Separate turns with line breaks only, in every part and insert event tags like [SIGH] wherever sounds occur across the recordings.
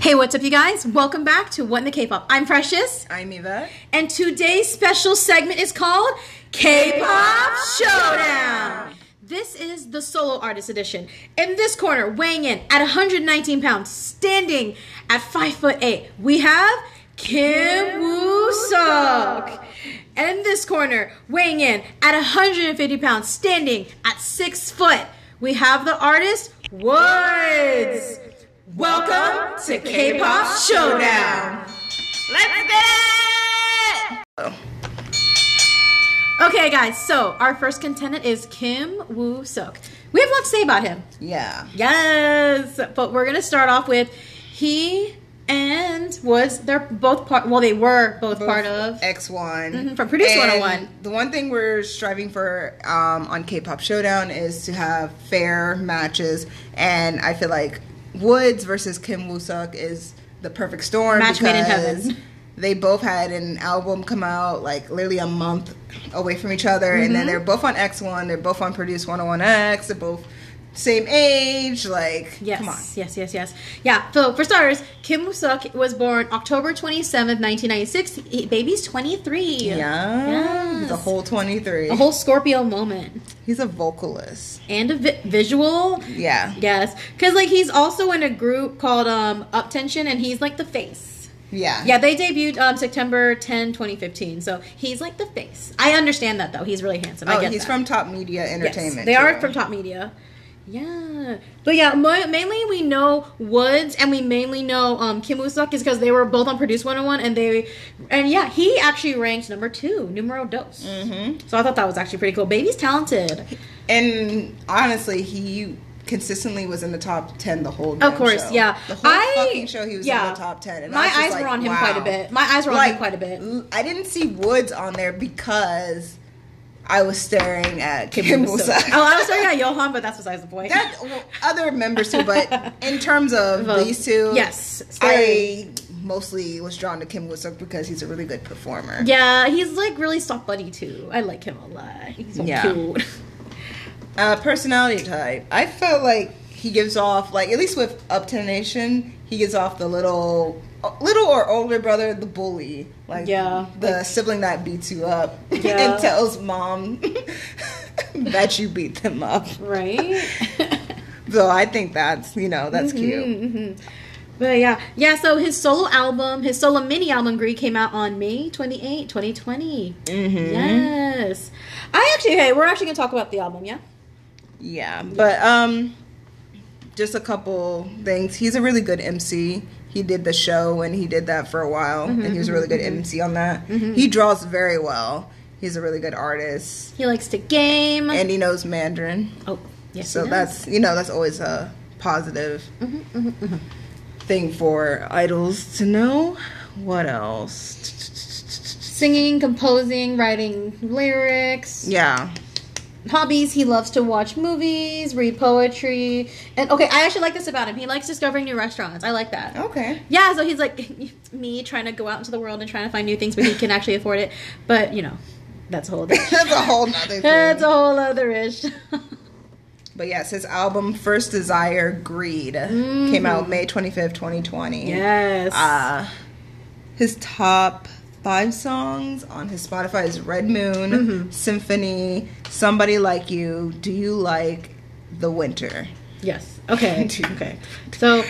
Hey, what's up, you guys? Welcome back to What in the K-Pop. I'm Precious,
I'm Yvette.
and today's special segment is called K-Pop Showdown. This is the solo artist edition. In this corner, weighing in at 119 pounds, standing at 5 foot 8, we have Kim Woo Suk. And in this corner, weighing in at 150 pounds, standing at 6 foot, we have the artist Woods. Welcome to K-Pop Showdown.
Let's get
Okay, guys. So our first contestant is Kim Woo Suk. We have a lot to say about him.
Yeah.
Yes, but we're gonna start off with he and Woods. They're both part. Well, they were both, part of.
X1
from Produce
And
101.
The one thing we're striving for um, on K-pop Showdown is to have fair matches, and I feel like Woods versus Kim Woo Suk is the perfect storm.
Match made in
because
heaven.
They both had an album come out like literally a month away from each other, and
Mm-hmm.
then they're both on X1. They're both on Produce 101X. They're both same age. Like,
Yes,
come on.
yes, yes, yes. Yeah. So for starters, Kim Woo Suk was born October twenty seventh, nineteen ninety six. Baby's twenty three.
Yeah. He's a
Yes.
whole 23.
A whole Scorpio moment
He's a vocalist.
and a vi- visual.
Yeah.
Yes, because like he's also in a group called um Uptension, and he's like the face.
Yeah.
Yeah, they debuted um, September 10, 2015. So he's like the face. I understand that though. He's really handsome. I
Oh,
get
he's
that.
from Top Media
Yes,
Entertainment.
they are
too.
from Top Media. Yeah, but yeah, mo- mainly we know Woods and we mainly know um, Kim Woo Suk is because they were both on Produce 101 and they, and yeah, he actually ranked number two, numero dos. Mm-hmm. So I thought that was actually pretty cool. Baby's talented.
And honestly, he consistently was in the top ten the whole. damn
Of course,
show.
yeah.
The whole
I-
fucking show, he was
yeah.
in the top ten. And I
My
was just
eyes
like,
were on him
wow.
quite a bit. My eyes were on him
Like,
quite a bit.
l- I didn't see Woods on there because I was staring at Kim Woo [LAUGHS]
So-
Suk.
oh, I was talking about Johan, but that's besides the
[LAUGHS]
point.
that well, other members too, but in terms of
Vote.
these two,
Yes,
I mostly was drawn to Kim Woo Suk because he's a really good performer.
Yeah, he's like really soft buddy too. I like him a lot. He's so
Yeah.
cute. [LAUGHS]
Uh, personality type. I felt like he gives off like at least with Upton Nation, he gives off the little, uh, little or older brother, the bully, like
Yeah,
the sibling that beats you up [LAUGHS]
Yeah.
and tells mom [LAUGHS] that you beat
[LAUGHS]
them up.
Right?
So I think that's you know that's
Mm-hmm.
cute.
[LAUGHS] but yeah. Yeah, so his solo album, his solo mini album Greed came out on May 28, 2020. Mm-hmm. Yes. I actually hey, we're actually gonna talk about the album, yeah?
Yeah, but um, just a couple things. He's a really good MC. He did the show and he did that for a while, and he was a really good
Mm-hmm.
MC on that. He draws very well. He's a really good artist,
He likes to game.
and he knows Mandarin.
oh, yes.
So
he does. Mm-hmm,
that's you know that's always a positive thing for idols to know. What else?
[LAUGHS] singing, composing, writing lyrics.
Yeah,
hobbies he loves to watch movies read poetry and okay i actually like this about him he likes discovering new restaurants i like that
okay.
yeah so he's like [LAUGHS] me trying to go out into the world and trying to find new things but he [LAUGHS] can actually afford it but you know that's a whole other
[LAUGHS] That's a whole
[LAUGHS]
nother
that's
thing.
a whole other ish
But yes, his album First Desire Greed came out May 25th,
[LAUGHS]
2020.
yes
Uh, his top five songs on his Spotify is Red Moon, Symphony, Somebody Like You, Do You Like the Winter?
yes okay okay so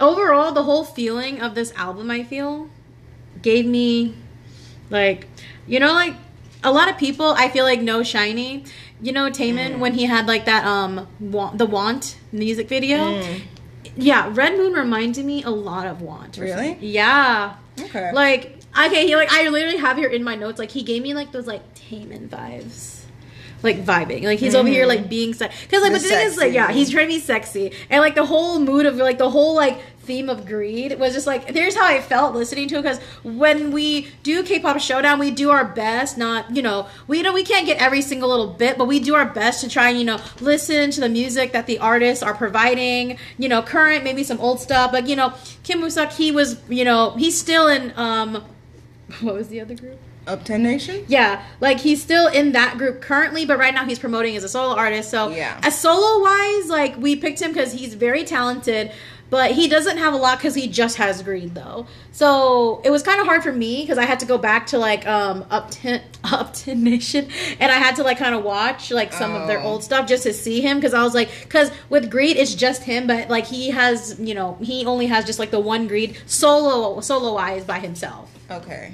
overall the whole feeling of this album i feel gave me like you know like a lot of people i feel like know shiny you know Taman when he had like that um wa- the want music video yeah red moon reminded me a lot of want or
Really?
something. yeah
Okay.
like okay he like i literally have here in my notes like he gave me like those like Taman vibes like vibing like he's over here like being sex because like
Mm-hmm. The
but the thing is like yeah
sexy.
he's trying to be sexy and like the whole mood of like the whole like theme of greed was just like there's how i felt listening to it because when we do k-pop showdown we do our best not you know we know we can't get every single little bit but we do our best to try and you know listen to the music that the artists are providing you know current maybe some old stuff but you know kim Musuk, he was you know he's still in um [LAUGHS] what was the other group
Up 10 Nation?
yeah, like he's still in that group currently, but right now he's promoting as a solo artist. So,
Yeah.
as solo wise, like we picked him because he's very talented. But he doesn't have a lot because he just has greed though. So it was kind of hard for me because I had to go back to like um Upton [LAUGHS] Upton Nation and I had to like kind of watch like some of their
Oh.
old stuff just to see him because I was like because with greed it's just him but like he has you know he only has just like the one greed solo solo wise by himself.
Okay.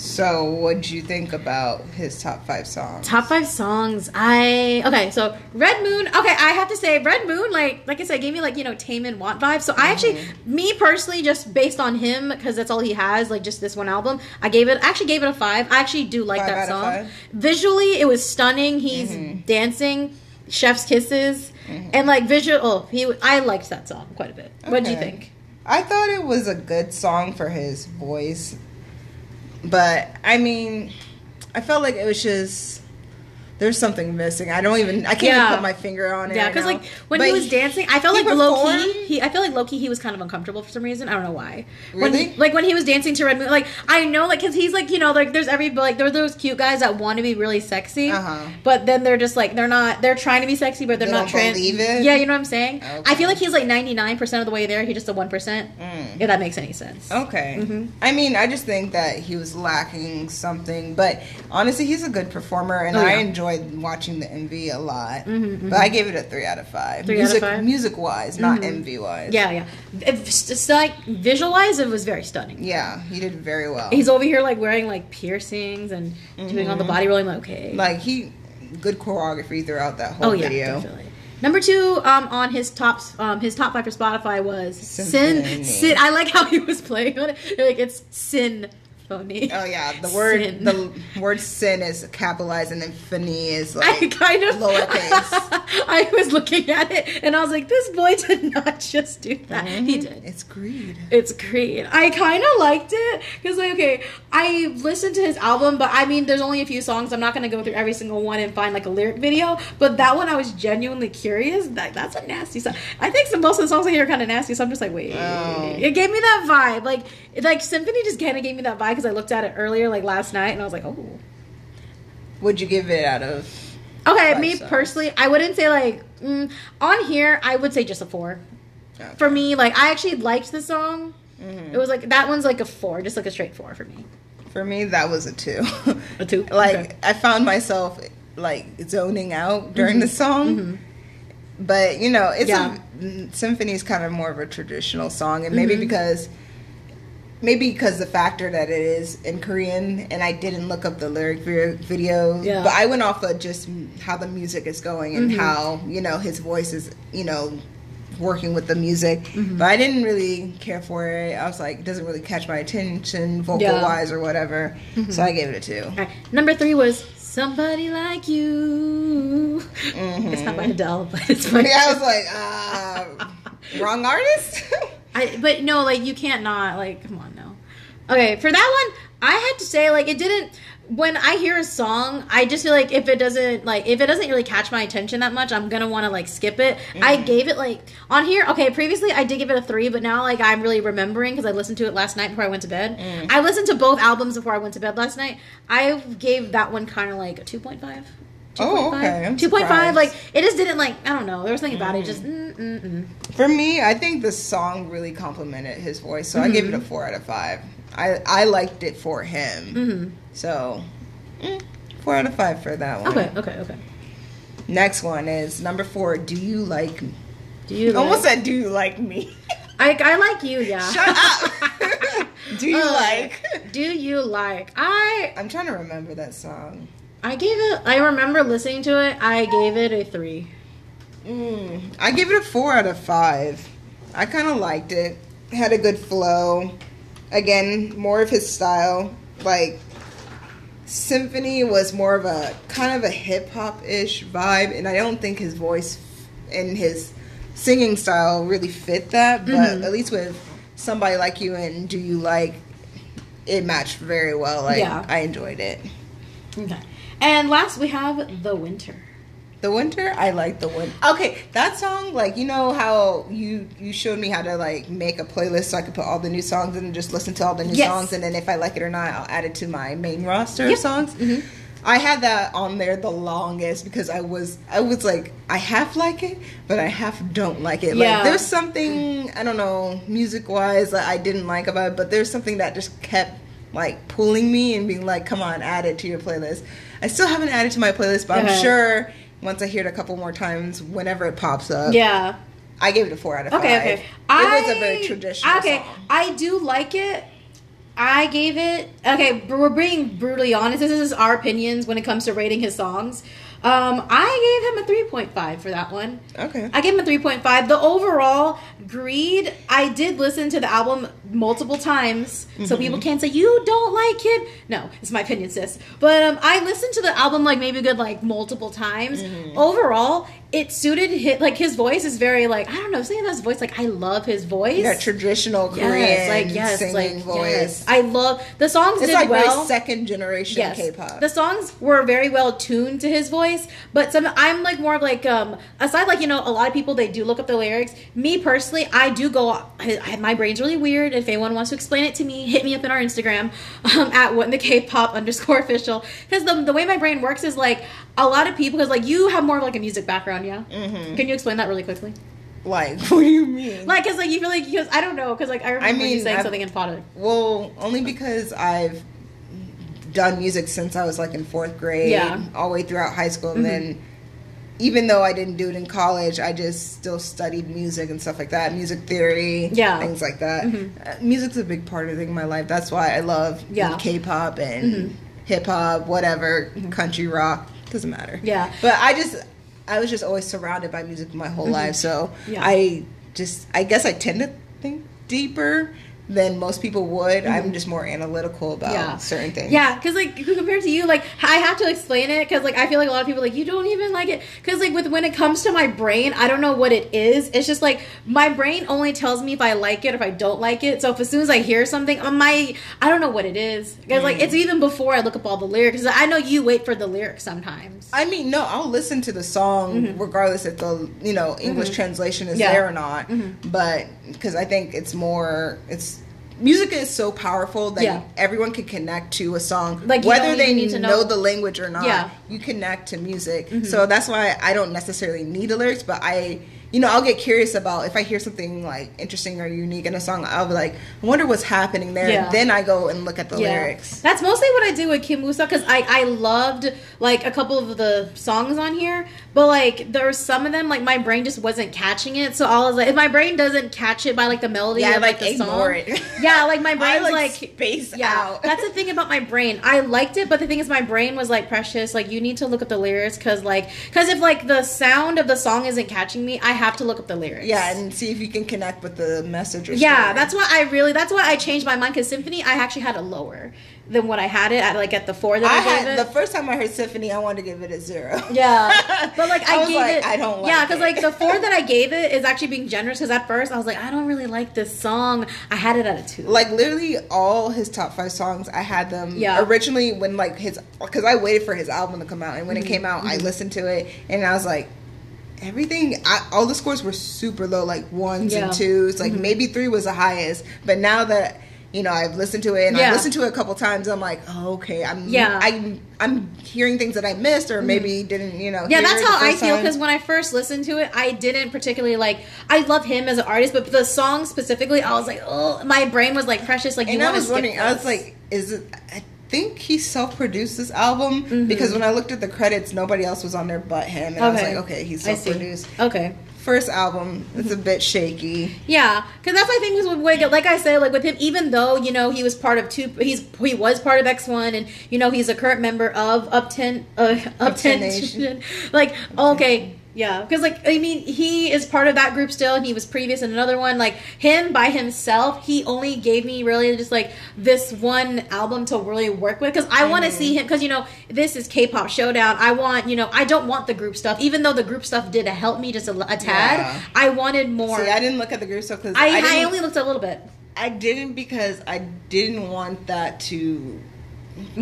So, what'd you think about his top five songs?
Top five songs. I okay. So Red Moon. Okay, I have to say Red Moon. Like like I said, gave me like you know Tame and Want vibes. So
Mhm.
I actually, me personally, just based on him because that's all he has. Like just this one album, I gave it. I actually gave it a five. I actually do like
Five
that
out of
song.
five? Mm-hmm.
Visually, it was stunning. He's dancing, chef's kisses, and like visual. Oh, he. I liked that song quite a bit. What do you
Okay.
think?
I thought it was a good song for his voice, but I mean, I felt like it was just there's something missing. I don't even I can't
Yeah.
even put my finger on it.
Yeah,
right
because
now.
like when
But
he was dancing, I felt
he
like low key.
performed-
He, I feel like low key. He was kind of uncomfortable for some reason. I don't know why.
Really?
When, like when he was dancing to Red Moon, like I know, like because he's like you know, like there's every like there's those cute guys that want to be really sexy,
Uh-huh.
but then they're just like they're not. They're trying to be sexy, but they're
They
not
don't
trying.
believe it?
Yeah, you know what I'm saying. I
Okay.
feel like he's like 99 percent of the way there. He's just the one percent.
Mm.
If that makes any sense.
Okay.
Mhm.
I mean, I just think that he was lacking something, but honestly, he's a good performer, and
Oh,
I
yeah.
enjoyed watching the MV a lot.
Mhm,
But I gave it a three out of five.
Three out of
music,
five? Mm-hmm.
music wise, not MV wise.
Yeah, yeah. It's it's like visualize, it was very stunning.
yeah, he did very well.
He's over here like wearing like piercings and doing all
Mm-hmm.
the body rolling. Like, okay,
like he good choreography throughout that
oh
whole
yeah,
video.
definitely. Number two um, on his top um, his top five for Spotify was
Symphony.
Sin. Sin. I like how he was playing on it. Like it's Sinphony.
Oh yeah, the word
Sin.
the word sin is capitalized and then phony is
[LAUGHS] I
like
kind of
lowercase.
[LAUGHS] I was looking at it and I was like, this boy did not just do that. He did.
it's greed.
It's great. I kind of liked it because, like, okay, I listened to his album, but I mean, there's only a few songs. I'm not gonna go through every single one and find like a lyric video. But that one, I was genuinely curious. That that's a nasty song. I think some most of the songs I hear are kind of nasty, so I'm just like, wait.
Oh.
It gave me that vibe. Like, it- like Symphony just kind of gave me that vibe because I looked at it earlier, like last night, and I was like, oh.
Would you give it out of?
Okay,
Five
me
songs.
personally, I wouldn't say like mm, on here. I would say just a four for me. Like, I actually liked the song.
Mhm.
It was like that one's like a four, just like a straight four for me.
For me, that was a two.
A two?
[LAUGHS] like
Okay.
I found myself like zoning out during the song. But you know, it's
Mm-hmm. Yeah.
a symphony is kind of more of a traditional song, and
Mm-hmm.
maybe because maybe because the factor that it is in Korean, and I didn't look up the lyric vi- videos,
Yeah. Mm-hmm.
but I went off of just m- how the music is going and how you know his voice is you know working with the music.
Mm-hmm.
But I didn't really care for it. I was like, it doesn't really catch my attention vocal wise or whatever.
Mm-hmm.
So I gave it a two.
All
[LAUGHS]
right. Number three was Somebody Like You. [LAUGHS] It's not by Adele, but it's by.
Mm-hmm. Yeah, I was like,
[LAUGHS]
uh, wrong artist.
I, but no, like, you can't not. Like, come on, no. Okay, for that one, I had to say, like, it didn't. When I hear a song, I just feel like if it doesn't like if it doesn't really catch my attention that much, I'm gonna want to like skip it. I
Mm-hmm.
gave it like on here. Okay, previously I did give it a three, but now like I'm really remembering because I listened to it last night before I went to bed.
Mm.
I listened to both albums before I went to bed last night. I gave that one kind of like a two point five.
Oh, okay. I'm
2.5.
surprised.
Like, it just didn't, like, I don't know. There was something about it. Just, mm, mm, mm.
For me, I think the song really complimented his voice, so I gave it
Mm-hmm.
a four out of five. I I liked it for him,
Mm-hmm.
so mm, four out of five for that one.
Okay, okay, okay.
Next one is number four. Do you like? Me?
Do you. Like,
Almost said, do you
[LAUGHS]
like me?
I, I like you, yeah.
[LAUGHS] Shut
[LAUGHS]
up. do you
Uh,
like?
Do you like? I
I'm trying to remember that song.
I gave it. I remember listening to it. I gave it a three.
Mm, I give it a four out of five. I kind of liked it. Had a good flow. Again, more of his style. Like symphony was more of a kind of a hip hop ish vibe, and I don't think his voice and his singing style really fit that. But at least with somebody like you and Do You Like, it matched very well. Like
Yeah.
I enjoyed it.
Okay. And last we have the winter.
The winter, I like the winter. Okay, that song, like you know how you you showed me how to like make a playlist so I could put all the new songs and just listen to all the new
Yes.
songs, and then if I like it or not, I'll add it to my main roster
Yep. Mm-hmm.
of songs. I had that on there the longest because I was I was like I half like it, but I half don't like it.
Yeah.
Like there's something I don't know music wise that I didn't like about it, but there's something that just kept like pulling me and being like, "Come on, add it to your playlist." I still haven't added to my playlist, but
Uh-huh.
I'm sure once I hear it a couple more times, whenever it pops up,
Yeah.
I gave it a four out of five.
Okay, okay.
It was a very traditional.
Okay,
song.
I do like it. I gave it. Okay, b- we're being brutally honest. This is our opinions when it comes to rating his songs. Um, I gave him a 3.5 for that one.
Okay.
I gave him a 3.5. The overall greed, I did listen to the album multiple times,
Mm-hmm.
so people can't say you don't like him. No, it's my opinion, sis. But um, I listened to the album like maybe a good like multiple times.
Mm-hmm.
Overall, it suited his like his voice is very like I don't know something about his voice like I love his voice.
that traditional Korean
yes, like yes,
singing
like
voice.
yes. I love the songs
It's
did
like
well.
my second generation K-pop.
The songs were very well tuned to his voice, but some I'm like more of like um aside like you know a lot of people they do look up the lyrics. Me personally, I do go I, I- my brain's really weird. If anyone wants to explain it to me, hit me up in our Instagram [LAUGHS] um, at what in the K-pop underscore official because the the way my brain works is like a lot of people because like you have more of like a music background, yeah.
Mm-hmm.
Can you explain that really quickly?
like, [LAUGHS] what do you mean?
Like, cause like you feel like because I don't know because like I remember you
mean,
saying
I've-
something in Potter.
well, only because I've done music since I was like in fourth grade,
Yeah. Mm-hmm.
all the way throughout high school, and then even though I didn't do it in college, I just still studied music and stuff like that, music theory,
Yeah. Mm-hmm.
things like that. Uh, music's a big part of in my life. That's why I love
Yeah. Mm-hmm.
K-pop and hip hop, whatever, country rock, doesn't matter.
Yeah.
but I just I was just always surrounded by music my whole life, so
Mm-hmm. Yeah.
I just I guess I tend to think deeper than most people would. I'm just more analytical about certain
Mm-hmm.
things.
Yeah, because like compared to you, like I have to explain it because like I feel like a lot of people like you don't even like it because like with when it comes to my brain, I don't know what it is. It's just like my brain only tells me if I like it or if I don't like it. So if as soon as I hear something, on my I don't know what it is. 'Cause,
Mm.
like it's even before I look up all the lyrics. 'Cause I know you wait for the lyrics sometimes.
I mean, no, I'll listen to the song regardless if the you know English translation is
Mm-hmm. Yeah. Mm-hmm.
there or not. But because I think it's more, it's music is so powerful that
Yeah.
everyone can connect to a song,
Like, you
whether
don't
they
even need to
know,
know-
the language or not.
Yeah. Mm-hmm.
You connect to music, so that's why I don't necessarily need the lyrics, but I. You know, I'll get curious about if I hear something like interesting or unique in a song. I'll be like, I wonder what's happening there.
Yeah.
Then I go and look at the lyrics.
That's mostly what I do with Kim Musa because I, I loved like a couple of the songs on here, but like there were some of them like my brain just wasn't catching it. So I was like, if my brain doesn't catch it by like the melody,
Yeah,
or,
I,
like,
like,
the
ignore
song,
[LAUGHS] it.
[LAUGHS] yeah, like my
I
brain's
like,
like.
space
yeah,
out.
that's the thing about my brain. I liked it, but the thing is, my brain was like, "Precious, like you need to look up the lyrics, cause like, cause if like the sound of the song isn't catching me, I have to look up the lyrics."
[LAUGHS] Yeah, and see if you can connect with the message. Or
Yeah,
story.
that's why I really that's why I changed my mind because symphony I actually had it lower than what I had it at like at the four that I,
I
gave
had
it.
the first time I heard Symphony, I wanted to give it a
[LAUGHS]
zero. [LAUGHS]
yeah, but like I,
I was
gave
like,
it.
I don't
yeah,
like
because
it.
like the four
[LAUGHS]
that I gave it is actually being generous. Because at first I was like, I don't really like this song. I had it at a two.
like literally all his top five songs, I had them
Yeah.
originally when like his because I waited for his album to come out, and when
Mm-hmm.
it came out, I listened to it, and I was like. Everything, I, all the scores were super low, like ones
Yeah. Mm-hmm.
and twos, like maybe three was the highest. But now that you know, I've listened to it and
Yeah.
I listened to it a couple times, I'm like, oh, okay, I'm
Yeah. Mm-hmm.
I'm I'm hearing things that I missed or maybe didn't, you know.
Yeah,
hear
that's
the
how I
first
feel
time.
because when I first listened to it, I didn't particularly like. I love him as an artist, but the song specifically, I was like, oh, my brain was like, precious, like you
and I
want to
was
skip.
wondering, I was
this.
like, is it? I think he self-produced this album
Mm-hmm.
because when I looked at the credits, nobody else was on there but him, and I was like, okay, he
I see. Mm-hmm.
self-produced.
Okay.
First album, it's a bit shaky.
Yeah, because that's my thing was with Wigga. Like I said, like with him, even though you know he was part of two, he's he was part of X One, and you know he's a current member of Upton, uh, [LAUGHS] Upton
Upton
Nation.
Nation.
Like okay, yeah, because like I mean he is part of that group still, and he was previous in another one. Like him by himself, he only gave me really just like this one album to really work with because I want
Mm-hmm.
to see him because you know this is K-pop Showdown. I want you know I don't want the group stuff, even though the group stuff did help me just a, a tad.
Yeah.
I wanted more.
See, I didn't look at the group stuff because I,
I, I,
didn't,
only looked a little bit.
I didn't because I didn't want that to.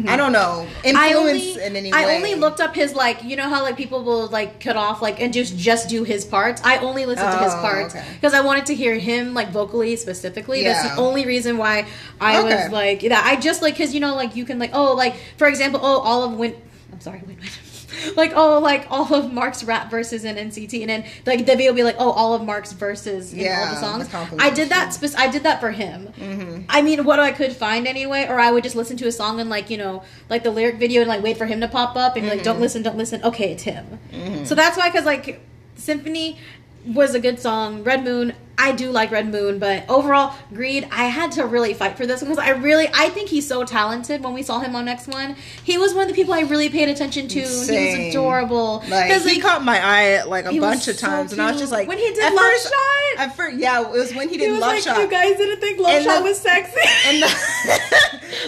I don't know influence
Mm-hmm. I only,
in any way.
I only looked up his like you know how like people will like cut off like and just just do his parts. I only listened to his
Oh,
parts
okay.
because I wanted to hear him like vocally specifically. That's the
Yeah.
only reason why I
Okay.
was like that. I just like because you know like you can like oh like for example oh all of Win I'm sorry, wait, wait. [LAUGHS] like oh, like all of Mark's rap verses in NCT, and then like the video will be like oh, all of Mark's verses in
Yeah,
all the
the
songs.
compilation.
I did that. Spec- I did that for him. I mean, what I could find anyway, or I would just listen to a song and like you know, like the lyric video and like wait for him to pop up and be like
Mm-hmm.
don't listen, don't listen. Okay, it's him. So that's why, because like Symphony was a good song. Red Moon, I do like Red Moon, but overall, Greed, I had to really fight for this one because I really, I think he's so talented. When we saw him on Next One, he was one of the people I really paid attention to. He
Same.
was adorable.
Like,
'Cause,
he caught my eye like a
he was
bunch of
so
times, and I was
cute.
just like,
When he did
at
Love
first-
Shot?
At first, yeah, it was when he
he
did
was
love
like,
shot.
you guys didn't think Love
And
Shot
the-
was sexy.
and [LAUGHS] the,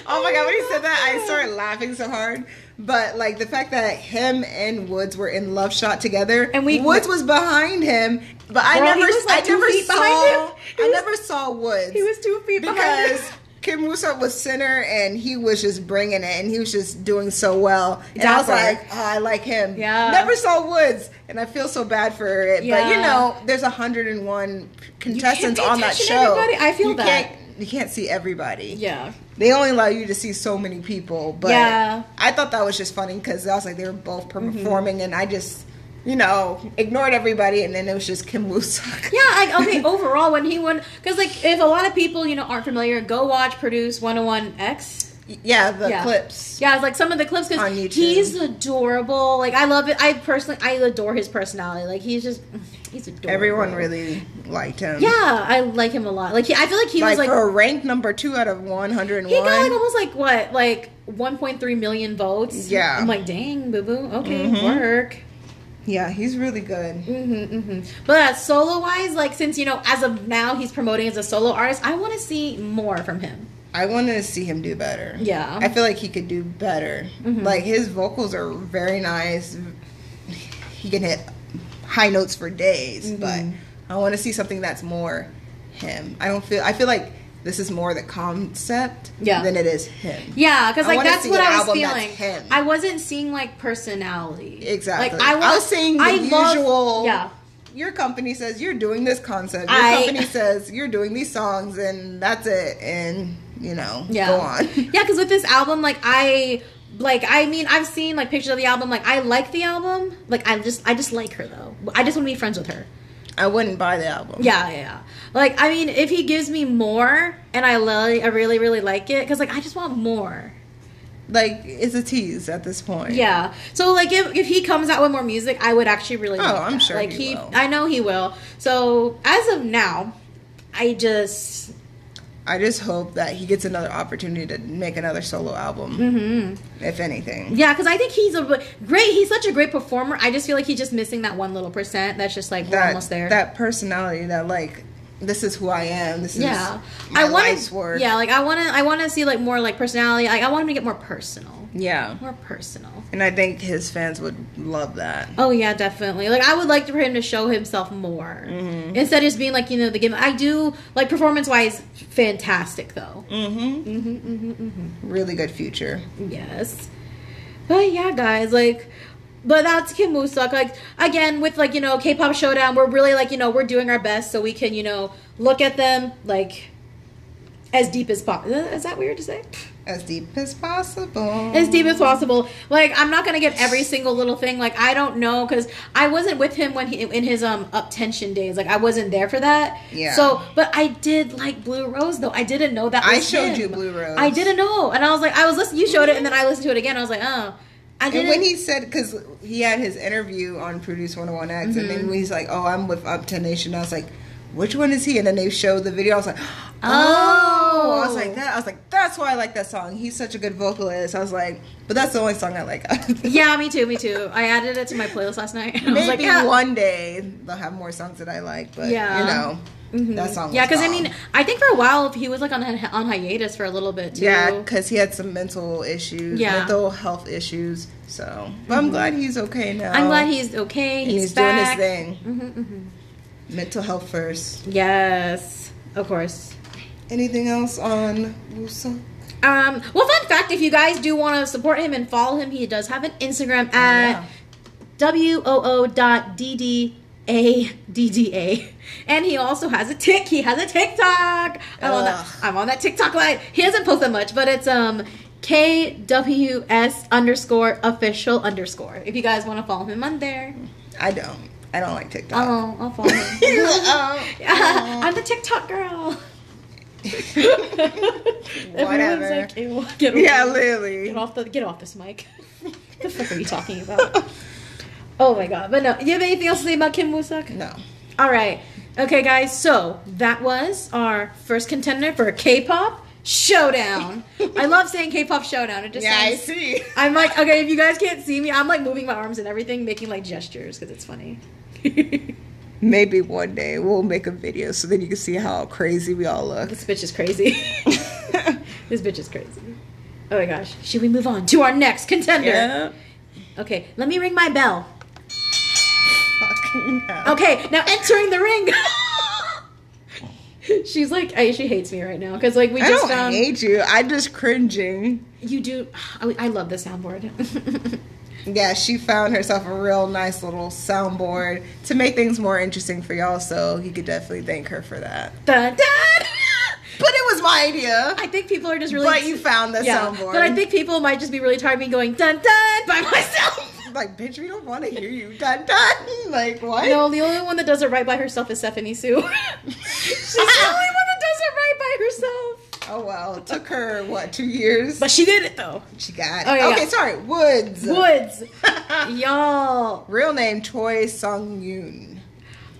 oh my god, when he
my
said that,
God.
I started laughing so hard. But like the fact that him and Woods were in love shot together,
And we-
Woods was behind him, but I
Girl,
never,
he was, like,
I
two
never
feet
saw,
behind him. He
I
was-
never saw
[LAUGHS]
Woods
he was two feet behind.
because. Kim Russo was center and he was just bringing it and he was just doing so well. And I was
Dapper.
like, oh, I like him.
Yeah.
Never saw Woods and I feel so bad for it. But
Yeah.
you know, there's 101 contestants
pay
on that
attention to
show.
everybody. I feel
you
that.
Can't, you can't see everybody.
yeah.
They only allow you to see so many people. But
Yeah. Mm-hmm.
I thought that was just funny because I was like, they were both performing and I just, you know, ignored everybody and then it was just Kim Woosak.
Yeah, like
[LAUGHS]
okay, overall when he won because like if a lot of people, you know, aren't familiar, go watch Produce 101X.
Yeah, the
Yeah.
clips.
Yeah, it's like some of the clips because
On YouTube.
he's adorable. Like I love it. I personally, I adore his personality. Like he's just, he's adorable.
Everyone really liked him.
Yeah, I like him a lot. Like he, I feel like he was
like,
like
for a ranked number two out of 101.
he got like almost like what like 1.3 million votes.
Yeah. Mm-hmm.
I'm like, dang, boo boo. Okay, work.
yeah, he's really good.
Mm-hmm, hmm But uh, solo wise, like since you know, as of now, he's promoting as a solo artist. I want to see more from him.
I want to see him do better.
Yeah. Mm-hmm.
I feel like he could do better. Like his vocals are very nice. He can hit high notes for days,
Mm-hmm.
but I want to see something that's more him. I don't feel. I feel like this is more the concept
Yeah.
than it is him.
Yeah, because
I
like
wanna
that's
see
what
an
I was
album that's
feeling.
him.
I wasn't seeing like personality.
Exactly.
Like I,
I
wa-
was saying the
I love-
usual.
yeah.
Your company says you're doing this concept. Your
I-
company says you're doing these songs, and that's it. And you know,
Yeah.
go on.
[LAUGHS]
[LAUGHS]
yeah, because with this album, like I like I mean I've seen like pictures of the album. Like I like the album. Like I just I just like her though. I just want to be friends with her.
I wouldn't buy the album.
Yeah, yeah. yeah. Like I mean, if he gives me more, and I really, I really, really like it, because like I just want more.
like it's a tease at this point.
Yeah. So like if, if he comes out with more music, I would actually really.
Oh,
like
I'm
that.
sure
Like
he will.
I know he will. So as of now, I just
I just hope that he gets another opportunity to make another solo album, mm-hmm. if anything.
yeah, because I think he's a re- great. He's such a great performer. I just feel like he's just missing that one little percent. That's just like we're
That
almost there.
that personality that like this is who I am. This
yeah,
is my
I want
life's work.
Yeah, like I want to. I want to see like more like personality. Like I want him to get more personal.
yeah.
More personal.
And I think his fans would love that.
Oh yeah, definitely. Like I would like for him to show himself more
Mm-hmm.
instead of just being like you know the game. I do like performance wise, fantastic though.
Really good future.
Yes. But yeah, guys, like but that's Kim Woosook. Like again, with like, you know, K pop showdown, we're really like, you know, we're doing our best so we can, you know, look at them like as deep as possible. Is that weird to say?
As deep as possible.
As deep as possible. Like I'm not gonna get every single little thing. Like I don't know because I wasn't with him when he in his um up tension days. Like I wasn't there for that.
Yeah.
So, but I did like Blue Rose though. I didn't know that.
I
was
showed
him.
you Blue Rose.
I didn't know, and I was like, I was listening. You showed it, and then I listened to it again. I was like, oh, I didn't.
And when he said, because he had his interview on Produce 101X, and
Mm-hmm.
then when he's like, oh, I'm with Upton Nation, I was like, which one is he? And then they showed the video. I was like, oh. I was
Oh.
like, that. I was like, that's why I like that song. He's such a good vocalist. I was like, but that's the only song I like.
[LAUGHS]
[LAUGHS]
yeah, me too, me too. I added it to my playlist last night. [LAUGHS] I was
Maybe
like, yeah.
one day they'll have more songs that I like, but
Yeah. Mm-hmm.
you know, that song.
Yeah,
was
because I
bomb.
mean, I think for a while he was like on hi- on hiatus for a little bit too.
Yeah, because he had some mental issues,
Yeah. Mm-hmm.
mental health issues. So but I'm glad he's okay now.
I'm glad he's okay.
and
He's,
he's,
back. Mm-hmm,
doing his thing. Mental health first.
Yes, of course.
Anything else on Wusa?
Um, well, fun fact: if you guys do want to support him and follow him, he does have an Instagram
Oh,
at w o o dot d d a d d a, [LAUGHS] and he also has a tick. He has a TikTok. I'm on that.
Ugh.
I'm on that TikTok live. He doesn't post that much, but it's um KWS underscore official underscore. If you guys want to follow him on there.
I don't. I don't like TikTok.
Oh, I'll follow him.
[LAUGHS] Oh.
[LAUGHS] I'm the TikTok girl. [LAUGHS] Everyone's
Whatever.
like, Ew, get away.
[LAUGHS] yeah,
[LAUGHS]
literally.
Get off the get off this mic. [LAUGHS] the fuck are you talking about? Oh my god. But no, you have anything else to say about Kim Woosuck?
[LAUGHS] No.
All right. Okay, guys. So that was our first contender for K-pop showdown. I love saying K-pop showdown. It just
Yeah, I
sounds-
see.
I'm like, uh, okay, if you guys can't see me, I'm like moving my arms and everything, making like gestures because it's funny. [LAUGHS] this
Maybe one day we'll make a video so then you can see how crazy we all
[LAUGHS]
look.
bitch is crazy. this bitch is crazy. Oh my gosh. Should we move on to our next contender?
yeah.
Okay, let me ring my bell.
Fucking hell.
Okay, now entering the ring. [LAUGHS] She's like, I, she hates me right now because like we
I
just um,
don't
found
hate you. I'm just cringing.
you do. I, I love the soundboard. [LAUGHS]
Yeah, she found herself a real nice little soundboard to make things more interesting for y'all, so you could definitely thank her for that. [LAUGHS]
Dun, dun.
But it was my idea.
I think people are just really.
But you found the
yeah,
soundboard.
But I
[LAUGHS]
think people might just be really tired of me going dun dun by myself.
like, bitch, we don't want to hear you. Dun dun. Like, what?
No, the only one that does it right by herself is Stephanie Sue. [LAUGHS] She's the only one that does it right by herself.
[LAUGHS] Oh well, it took her what two years?
But she did it
[LAUGHS]
though.
she got it.
Oh, yeah,
okay,
yeah.
sorry, Woods.
Woods, [LAUGHS] y'all.
real name Choi Sung Yoon.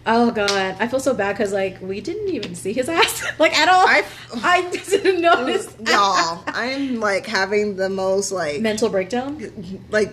Oh god, I feel so bad because like we didn't even see his ass [LAUGHS] like at all. I,
I-
didn't notice.
[LAUGHS] Y'all, I'm like having the most like
mental breakdown.
like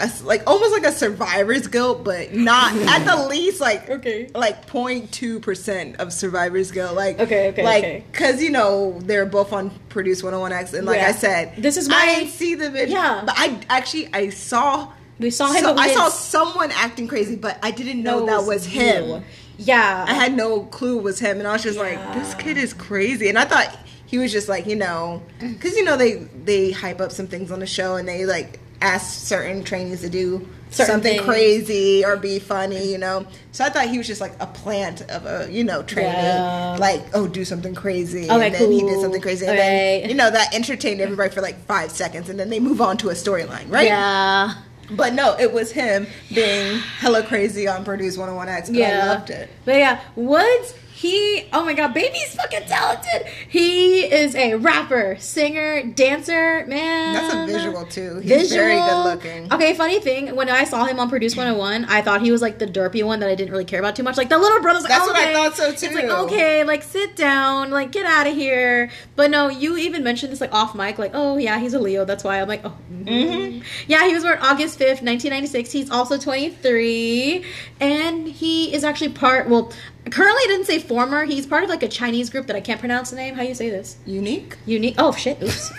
a, like almost like a survivor's guilt,
[LAUGHS]
but not at the least like
Okay.
like 02 percent of survivor's guilt. Like
Okay, okay,
like
okay.
because you know they're both on Produce 101X, and like
Yeah.
I said,
This is
I
my-
didn't see the video.
Yeah.
but I actually I saw.
We saw him.
so-
but we
I
didn't
saw someone acting crazy, but I didn't
know
know that was
you.
him.
Yeah.
I had no clue it was him, and I was just like, this kid is crazy. And I thought he was just like, you know, because you know they they hype up some things on the show, and they like ask certain trainees to do
Certain
something
things.
crazy or be funny, you know. So I thought he was just like a plant of a you know trainee,
Yeah.
like oh do something crazy,
Okay,
and then he did
cool.
something crazy, and
Okay.
then you know that entertained everybody for like five seconds, and then they move on to a storyline, right?
yeah.
But no, it was him being hella crazy on Purdue's 101X. But
Yeah.
I loved it.
But yeah, Woods. He, oh my god, baby's fucking talented. He is a rapper, singer, dancer, man.
That's a visual too. He's very good looking.
Okay, funny thing, when I saw him on Produce 101, I thought he was like the derpy one that I didn't really care about too much. Like the little brother's like,
That's what I
okay.
thought so,
It's like,
too.
okay, like sit down, like get out of here. But no, you even mentioned this like off mic, like, oh yeah, he's a Leo. That's why I'm like, oh.
Mm-hmm.
mhm. Yeah, he was born August 5th, 1996. He's also 23. And he is actually part, well, currently it didn't say former. He's part of like a Chinese group that I can't pronounce the name. How you say this?
Unique?
Unique. Oh shit,
[LAUGHS]
oops.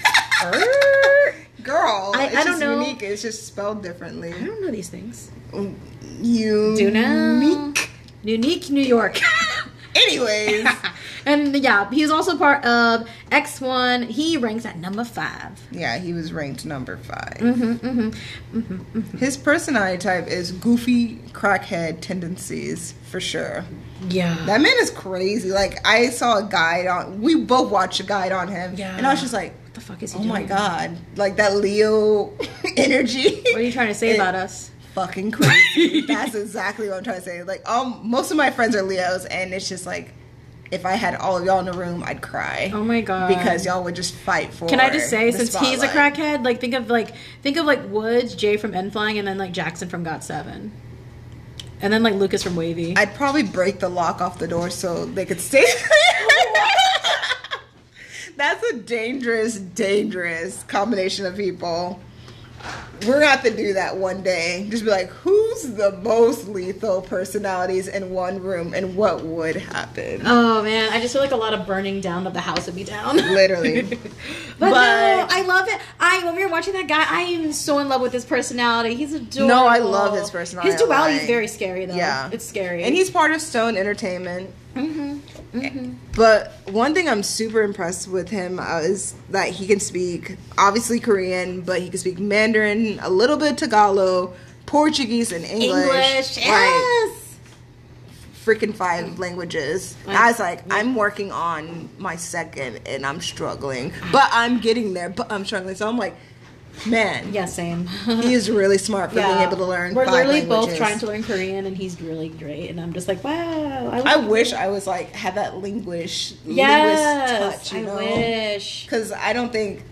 Er,
Girl,
I-
it's
I don't
just
know.
unique. It's just spelled differently.
I don't know these things.
You
Do now.
Unique.
Unique New York. [LAUGHS]
Anyways,
and yeah, he's also part of X1. He ranks at number 5
yeah, he was ranked number 5
Mm-hmm, mm-hmm.
His personality type is goofy, crackhead tendencies for sure.
Yeah.
That man is crazy. Like I saw a guide on. We both watched a guide on him,
Yeah.
and I was just like,
What the fuck is he
"Oh
doing?
my god!" Like that Leo [LAUGHS] energy.
What are you trying to say
It-
about us?
fucking
[LAUGHS]
crazy. That's exactly what I'm trying to say. Like, um, most of my friends are Leos, and it's just like, if I had all of y'all in the room, I'd cry
Oh my god.
because y'all would just fight for.
Can I just say,
the
since he's a
spotlight.
crackhead, like think of like think of like Woods, Jay from N Flying, and then like Jackson from Got Seven, and then like Lucas from Wavy.
I'd probably break the lock off the door so they could stay. [LAUGHS] That's a dangerous, dangerous combination of people. We're gonna have to do that one day. Just be like, who's the most lethal personalities in one room, and what would happen?
oh man, I just feel like a lot of burning down of the house would be down. [LAUGHS]
Literally.
But, no,
But-
I love it. I when we were watching that guy, I am so in love with his personality. He's adorable.
No, I love his personality.
His duality
Like,
is very scary though.
yeah.
it's scary. Mm-hmm.
and he's part of Stone Entertainment. But one thing I'm super impressed with him uh, is that he can speak obviously Korean, but he can speak Mandarin, a little bit Tagalog, Portuguese, and English.
English.
Like,
Yes.
freaking five languages. And I was like, I'm working on my second and I'm struggling, but I'm getting there, but I'm struggling. So I'm like, man,
Yeah,
[LAUGHS]
same.
he is really smart for being able to learn
We're
five
literally both
languages.
trying to learn Korean, and he's really great. And I'm just like, wow.
I wish I was like, have that linguish,
Yes,
linguist touch, you know?
I wish.
because I don't think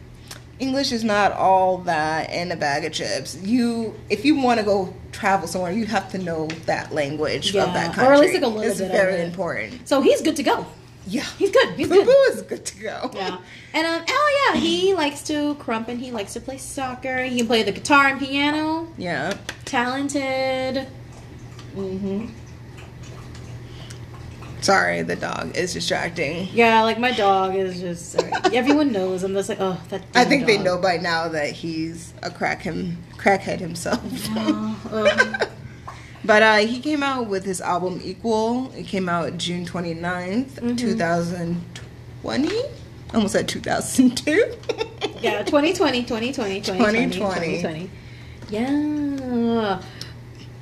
English is not all that in a bag of chips. You, if you want to go travel somewhere, you have to know that language of
Yeah,
that country.
or at least, like, a little
it's
bit of
very
it.
important.
So he's good to go.
Yeah,
He's good. He's
Boo [LAUGHS]
good.
Boo is good to go.
Yeah. And um, oh yeah, he likes to crump and he likes to play soccer. He can play the guitar and piano.
yeah.
Talented.
Mm-hmm. Sorry, the dog is distracting.
Yeah, like my dog is just. Sorry. Everyone knows. I'm just like, oh, that.
I
damn
think they
dog.
know by now that he's a crack him, crackhead himself. [LAUGHS]
Oh, um,
But uh, he came out with his album Equal. It came out June 29th,
Mm-hmm.
2020. Almost at 2002. [LAUGHS]
yeah, 2020, 2020, 2020,
2020.
2020. Yeah.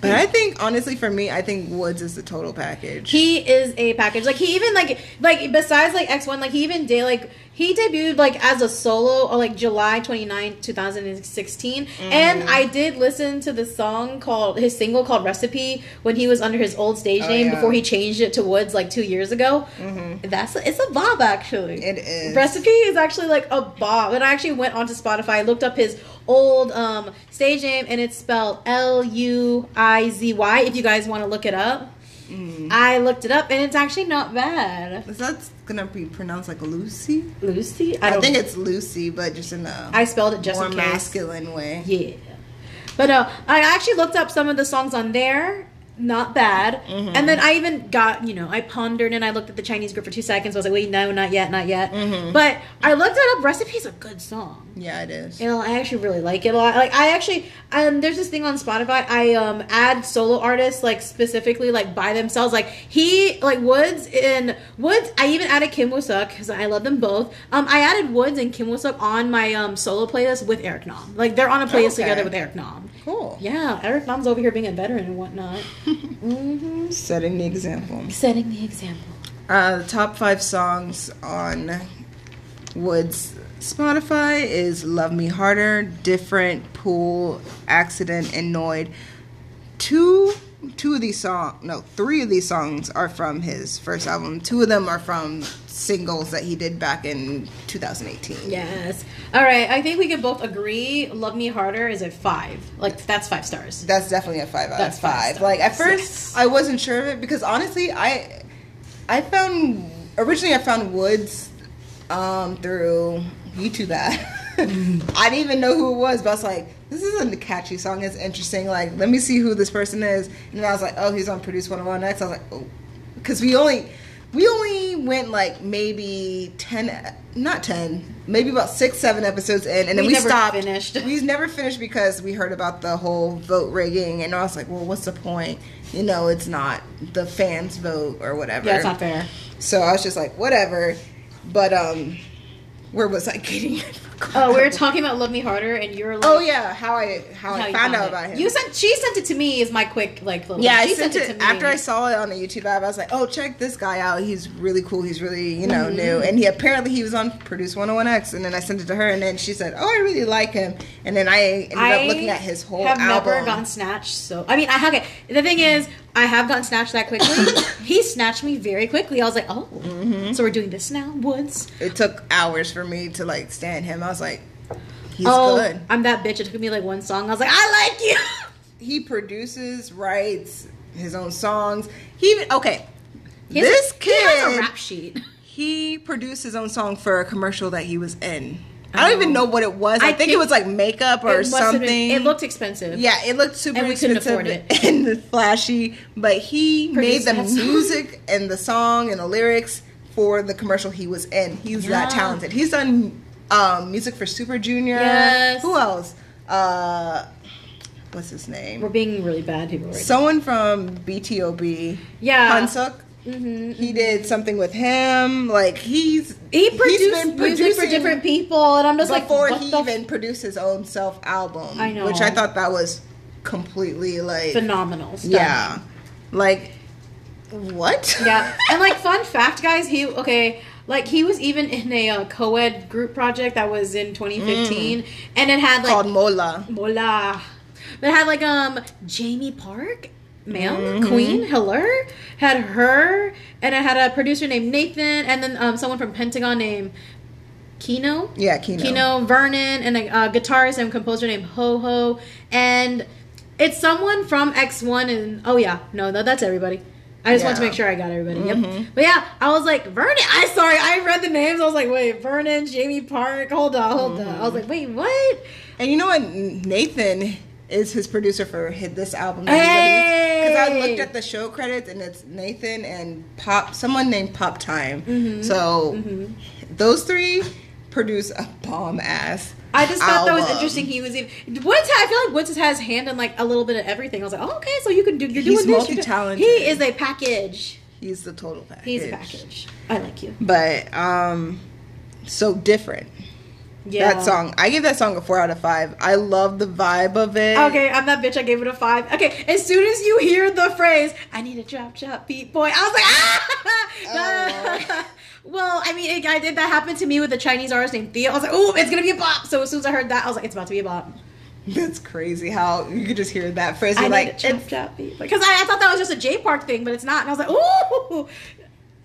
But I think, honestly, for me, I think Woods is the total package.
He is a package. Like he even like like besides like X One, like he even did like he debuted like as a solo on like July 29, 2016.
Mm-hmm.
And I did listen to the song called his single called Recipe when he was under his old stage
Oh,
name
yeah. Mm-hmm.
before he changed it to Woods like two years ago. That's a, it's a bob actually.
it is.
Recipe is actually like a bob. And I actually went onto Spotify, looked up his old um, stage name, and it's spelled L U I Z Y if you guys want to look it up.
Mm.
I looked it up, and it's actually not bad.
is that going to be pronounced like Lucy?
Lucy?
I,
don't-
think it's Lucy, but just in a
I spelled it just
more
in case.
masculine way.
Yeah. But uh, I actually looked up some of the songs on there. Not bad.
Mm-hmm.
And then I even got, you know, I pondered and I looked at the Chinese group for two seconds. I was like, wait, no, not yet, not yet.
Mm-hmm.
But I looked it up. Recipe's a good song.
Yeah, it is.
You know, I actually really like it a lot. Like, I actually, um, there's this thing on Spotify. I um add solo artists like specifically like by themselves. Like he, like Woods and Woods. I even added Kim Woosuk because I love them both. Um, I added Woods and Kim Woosuk on my um solo playlist with Eric Nam. Like they're on a playlist
Okay.
together with Eric Nam.
Cool.
Yeah, Eric Nam's over here being a veteran and whatnot,
Setting the example.
setting the example.
Uh, the top five songs on Woods Spotify is Love Me Harder, Different, Pool, Accident, and Noid. Two two of these songs no, three of these songs are from his first album. Two of them are from singles that he did back in 2018.
Yes. All right. I think we can both agree. Love Me Harder is a five. Like that's five stars.
That's definitely a five out
That's
of
five
five.
stars.
Like at first,
Yes.
I wasn't sure of it because honestly, I I found originally I found Woods um, through YouTube ad. [LAUGHS] I didn't even know who it was, but I was like, this isn't a catchy song. It's interesting. Like, let me see who this person is. And then I was like, oh, he's on Produce 101 Next. I was like, oh, because we only we only went like maybe ten, not ten, maybe about six, seven episodes in, and then
We
we,
never
stopped.
finished.
We never finished because we heard about the whole vote rigging, and I was like, well, what's the point? You know, it's not the fans vote or whatever.
Yeah, it's not fair.
So I was just like, whatever. But um, where was I [LAUGHS] getting? it?
Oh, we were talking about Love Me Harder, and you're like,
[LAUGHS] Oh yeah, how I how,
how
I
you
found out
it.
about him.
You sent she sent it to me is my quick like little
yeah, I
she
sent it,
to me.
after I saw it on the YouTube app. I was like, "Oh, check this guy out. He's really cool. He's really you know new."
Mm-hmm.
And he apparently he was on Produce 101X. And then I sent it to her, and then she said, "Oh, I really like him." And then I ended up looking at his whole
have
album.
never gotten snatched. So I mean, I okay. The thing is, I have gotten snatched that
[COUGHS]
quickly. he snatched me very quickly. I was like, oh,
Mm-hmm.
so we're doing this now, Woods.
it took hours for me to like stand him. I was like, "He's
oh,
good."
I'm that bitch. It took me like one song. I was like, I like you.
[LAUGHS] He produces, writes his own songs. He even okay.
He has a-
this
he has a
kid
rap sheet.
he produced his own song for a commercial that he was in. I don't even know what it was. I,
Oh. I
think, it
think
was like makeup or
It must have
something.
been- it looked expensive.
yeah, it looked super
And we couldn't
expensive
afford it.
[LAUGHS] and flashy, but he
Produced
made
that
the
song.
music and the song and the lyrics for the commercial he was in. He's that
Yeah.
talented. He's done um, music for Super Junior.
Yes.
Who else? Uh, what's his name?
We're being really bad people right
Someone from BTOB.
Yeah. Mm-hmm,
Hansuk. He did something with him. Like he's
He
he's
produced
been
music for
producing
different people, and I'm just
before
like, what
he
the
even produced his own self album.
I know.
Which I thought that was completely like
phenomenal stuff.
yeah. Like What?
Yeah.
[LAUGHS]
And like fun fact, guys, he okay, like he was even in a uh, co-ed group project that was in 2015 and it had
Called
like
Mola.
Bola. It had like um Jamie Park, male queen, Hiller, had her and it had a producer named Nathan and then um someone from Pentagon named Kino.
Yeah, Kino.
Kino Vernon and a uh, guitarist and composer named Ho Ho, and it's someone from X One and oh yeah, no, no that's everybody. I just want to
Yeah. Mm-hmm.
make sure I got everybody. Yep. But yeah, I was like Vernon. I sorry, I read the names. I was like, wait, Vernon, Jamie Park. Hold on, hold on. I
Mm-hmm.
was like, wait, what?
And you know what? Nathan is his producer for hit this album. Because
Hey!
I looked at the show credits and it's Nathan and Pop, someone named Pop Time.
Mm-hmm.
So those three produce a bomb ass.
I just thought that was
album.
interesting. He was even Woods. I feel like Woods has his hand in like a little bit of everything. I was like, oh, okay, so you can do. You're doing
He's
this. you're doing-
multi-talented.
He is a package.
He's the total package.
He's a package. I like you.
But um, so different.
Yeah.
That song, I give that song a four out of five. I love the vibe of it.
Okay, I'm that bitch. I gave it a five. Okay, as soon as you hear the phrase, I need a drop, drop, beat boy, I was like, ah!
Oh.
[LAUGHS] well, I mean, it, I did that happened to me with a Chinese artist named Theo. I was like, oh, it's gonna be a bop. So as soon as I heard that, I was like, it's about to be a bop.
That's crazy how you could just hear that phrase.
I
You're
like,
like,
need a drop,
it's-
drop, beat boy. Because I, I thought that was just a J Park thing, but it's not. And I was like, ooh!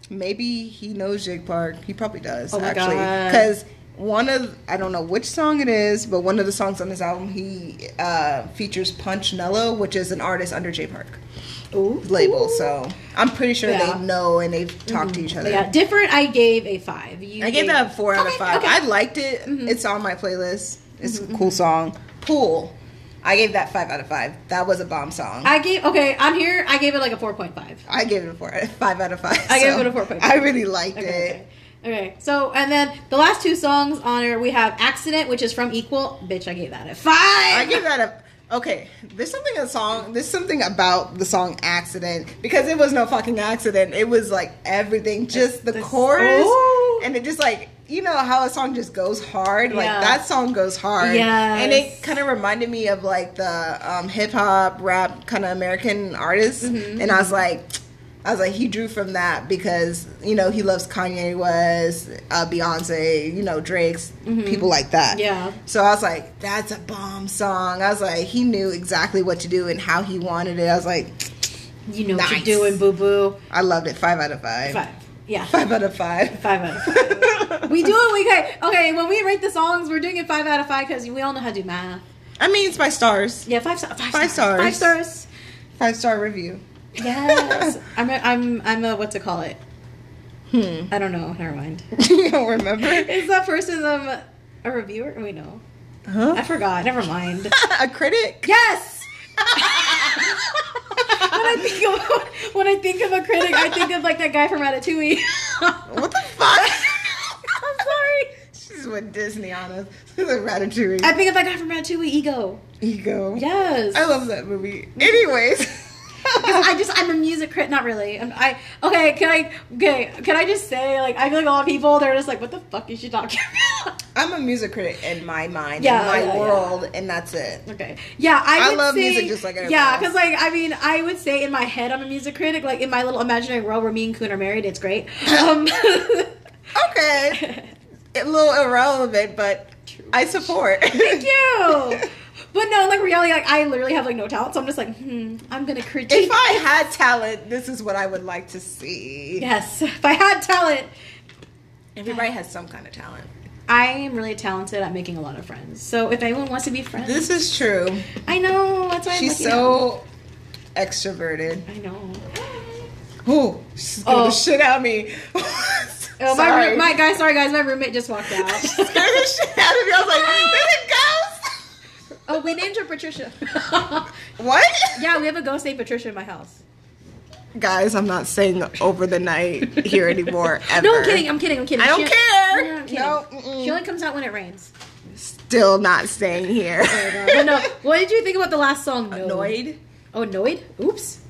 maybe he knows Jake Park. He probably does,
Oh my
actually.
God.
Because one of, I don't know which song it is, but one of the songs on this album, he uh, features Punch Nello, which is an artist under Jay Park
Ooh.
label. So I'm pretty sure
Yeah. Mm-hmm.
they know and they've talked to each other.
Yeah, different. I gave a five. You
I gave that a four out of
Okay,
five.
okay. Mm-hmm.
I liked it. It's on my playlist. It's a cool song. Pool. I gave that five out of five. That was a bomb song. I,
I gave okay on here. I gave it like a four point five.
gave it a four, five out of five.
I gave
so
it a 4.5.
I really liked
Okay,
it.
okay. Okay. So and then the last two songs on it, we have "Accident," which is from Equal. Bitch, I gave that a five.
I give that a okay. There's something a song. There's something about the song "Accident" because it was no fucking accident. It was like everything, just the
This-
chorus,
Ooh.
and it just like you know how a song just goes hard. Like
Yeah.
that song goes hard.
Yes.
and it kind of reminded me of like the um, hip hop rap kind of American artists,
Mm-hmm.
and I was like. I was like, he drew from that because you know he loves Kanye West, uh, Beyonce, you know Drake's people like that.
Mm-hmm. Yeah.
So I was like, that's a bomb song. I was like, he knew exactly what to do and how he wanted it. I was like,
you know what
Nice.
you're doing, boo boo.
I loved it. Five out of five.
Five. Yeah.
Five out of five. [LAUGHS]
Five out of five. we do it. We okay. Okay. When we rate the songs, we're doing it five out of five because we all know how to do math.
I mean, it's by stars.
Yeah. Five. star- Five,
Five
stars. Five
stars.
stars.
Five star review.
Yes. [LAUGHS] I'm. A, I'm. I'm a what to call it.
Hmm.
I don't know. Never mind.
[LAUGHS] you
[LAUGHS]
don't remember?
Is that person um a reviewer? Wait, no. I
Huh?
forgot. Never mind. [LAUGHS]
a critic?
Yes. when I think of [LAUGHS] when I think of a critic, I think of like that guy from Ratatouille.
[LAUGHS]
[LAUGHS]
What the fuck?
I'm sorry.
She's with Disney on us. She's a ratatouille.
I think of that guy from Ratatouille, Ego.
Ego.
Yes.
I love that movie.
[LAUGHS]
Anyways.
'Cause I just I'm a music crit, not really. I'm, I okay. Can I okay? Can I just say like I feel like a lot of people they're just like, what the fuck is she talking about? [LAUGHS]
I'm a music critic in my mind,
Yeah,
in my
yeah, yeah.
world, and that's it.
Okay. Yeah, I,
I
would
love
say-
music just like everybody
yeah,
else.
because like I mean, I would say in my head I'm a music critic. Like in my little imaginary world where me and Coon are married, it's
[LAUGHS]
great. Um, [LAUGHS]
okay. A little irrelevant, but I support.
Thank you. But no, like reality, like I literally have like no talent, so I'm just like, hmm, I'm gonna critique.
[LAUGHS] If I had talent, this is what I would like to see.
yes, [LAUGHS] if I had talent,
Everybody has some kind of talent.
I am really talented at making a lot of friends. So if anyone wants to be friends,
This is true.
I know that's why I'm
She's
lucky.
so extroverted.
I know.
Oh, she's gonna
Oh.
the shit out of me.
Oh, my,
Sorry.
room- my guys, sorry guys, my roommate just walked
[LAUGHS]
out.
She [LAUGHS] scared the shit out of me. I was like, there's
oh, we named her Patricia. [LAUGHS]
a ghost. What?
yeah, we have a ghost named Patricia in my house.
Guys, I'm not saying over the night here anymore.
[LAUGHS]
Ever.
No, I'm kidding. I'm kidding. I'm kidding.
I don't
She-
care.
No, I'm kidding.
No, mm-mm.
she only comes out when it rains.
Still not staying here.
But no, what did you think about the last song?
[LAUGHS]
No.
Annoyed.
Oh, annoyed. Oops.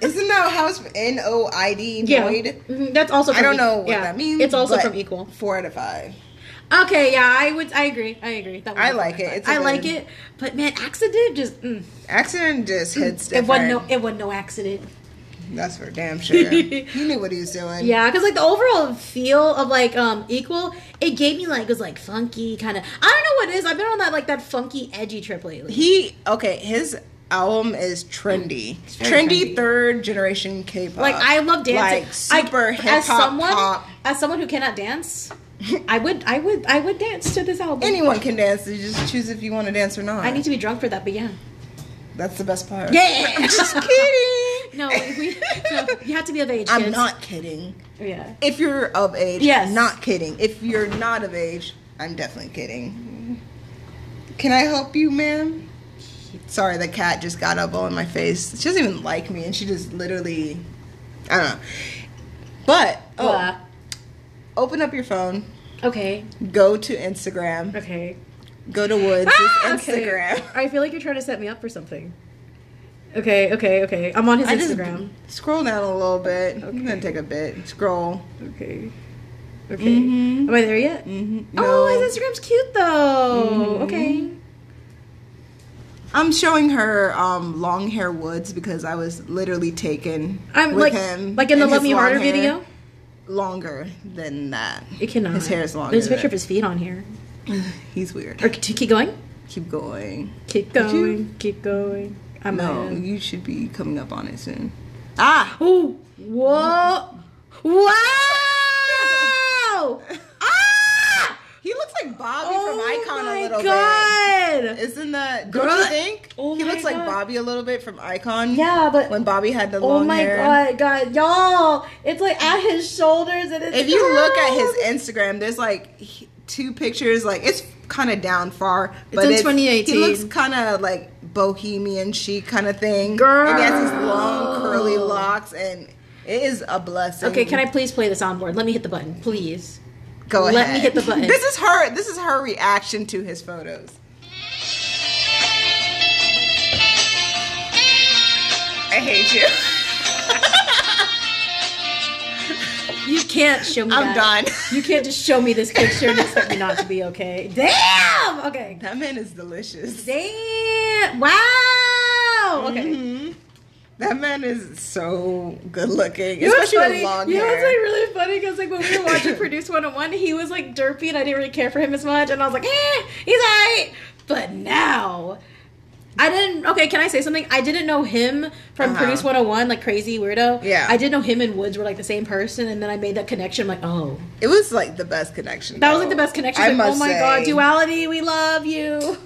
Isn't that how it's N O I D?
Yeah.
Noid?
Mhm, That's also. From
I don't
Equ-
know what
yeah.
that means.
It's also
but
from Equal.
Four out of five.
Okay, yeah, I would. I agree. I agree. That
I
was
like it.
fun.
It's a
I like
good-
it, but man, accident just. Mm,
Accident just hits
it wasn't
different.
no. It wasn't no accident.
That's for damn
[LAUGHS]
sure. he knew what he was doing.
Yeah, because like the overall feel of like um equal, it gave me like it was like funky kind of. I don't know what it is. I've been on that like that funky edgy trip lately.
He okay. His album is trendy,
very
trendy,
trendy.
third generation K-pop.
Like I love dancing.
Uh, Like
I-
super hip
as
hop
someone
pop.
as someone who cannot
[LAUGHS]
dance, I would I would I would dance to this album.
Anyone can dance. You just choose if you want to dance or not.
I need to be drunk for that, but yeah.
That's the best part.
Yeah.
I'm [LAUGHS] just kidding.
[LAUGHS] No,
[LAUGHS]
we, no, you have to be of age.
I'm
kids.
not kidding.
Yeah.
If you're of age,
Yes.
Not kidding. If you're not of age, I'm definitely kidding. Can I help you, ma'am? Sorry, the cat just got up all in my face. She doesn't even like me, and she just literally, I don't know. But oh,
Uh,
open up your phone,
okay.
go to Instagram,
Okay.
go to Woods'
Ah, okay.
Instagram.
I feel like you're trying to set me up for something. Okay, okay, okay. I'm on his
I just
Instagram.
scroll down a little bit. I'm gonna take a bit. Scroll.
Okay. Okay. Am I there yet?
Mm-hmm.
Oh, his Instagram's cute though. Okay.
I'm showing her um, long hair woods because I was literally taken
I'm
with
like
him,
like in the
and
Love
his
Me Harder
long hair
video.
Longer than that, [LAUGHS]
It cannot.
His hair is longer
There's a
than
picture
it.
of his feet on here.
he's weird.
Or k- keep going.
Keep going.
Keep
Did you-
going. Keep going. I'm
No,
out.
you should be coming up on it soon. Ah,
Oh, whoa!
[LAUGHS]
Ah! Wow! ah!
he looks like Bobby
Oh
from Icon
my
a little
god!
bit. Isn't that? Don't
Girl,
you think
oh
he
my
looks
God.
like Bobby a little bit from Icon?
Yeah, but
When Bobby had the
oh
long
my
hair.
god, god, y'all! It's like at his shoulders and it's
if you look
[LAUGHS]
at [LAUGHS] his Instagram, there's like he- two pictures. Like it's kind of down far, but
in
it's,
2018.
He looks kind of like bohemian chic kind of thing.
Girl.
and he has these long curly locks, and it is a blessing.
Okay, can I please play the soundboard? Let me hit the button, please.
go
let
ahead?
me hit the button.
This is her. This is her reaction to his photos. I hate you. [LAUGHS]
You can't show me.
I'm
that.
done.
You can't just show me this picture and expect me not to be okay. Damn. Okay.
That man is delicious.
Damn. Wow. Okay.
Mhm. That man is so good looking,
You know what's
especially with
funny?
long
you know
hair.
what's like really funny because like when we were
[LAUGHS]
watching Produce 101, he was like derpy and I didn't really care for him as much, and I was like, eh, he's alright. But now, I didn't. Okay, can I say something? I didn't know him from
Uh-huh.
Produce 101, like crazy weirdo.
Yeah.
I did know him and Woods were like the same person, and then I made that connection. I'm like, oh,
It was like the best connection.
that was
though.
like the best connection.
I
Like,
must
oh my
say,
god, duality, we love you.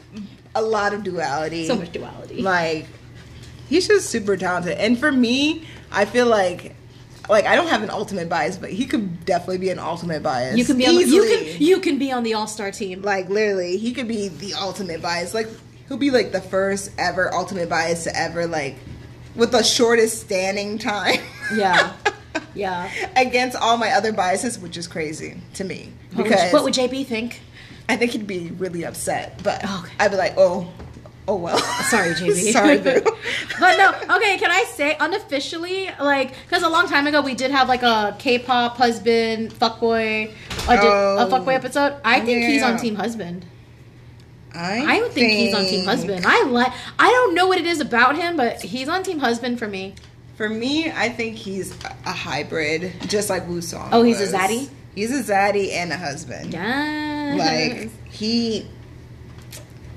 a lot of duality.
So much duality.
Like he's just super talented, and for me, I feel like like I don't have an ultimate bias, but he could definitely be an ultimate bias.
you can be on,
easily.
you can you can be on the All Star team.
like literally, he could be the ultimate bias. Like he'll be like the first ever ultimate bias to ever like with the shortest standing time. [LAUGHS]
Yeah. Yeah.
Against all my other biases, which is crazy to me.
What would, what would JB think?
I think he'd be really upset, but
Oh, okay.
I'd be like, oh, oh well. [LAUGHS]
Sorry, JB. [LAUGHS]
Sorry, boo.
but no, okay, can I say unofficially, like, because a long time ago we did have like a K pop husband, fuckboy, I did
Oh.
a fuckboy episode. I think he's on
Yeah.
team husband.
I,
I would think he's on team husband. I like, I don't know what it is about him, but he's on team husband for me.
For me, I think he's a- a hybrid, just like Wu Song.
Oh, he's a
was.
zaddy?
He's a zaddy and a husband.
Yes. [LAUGHS]
Like he,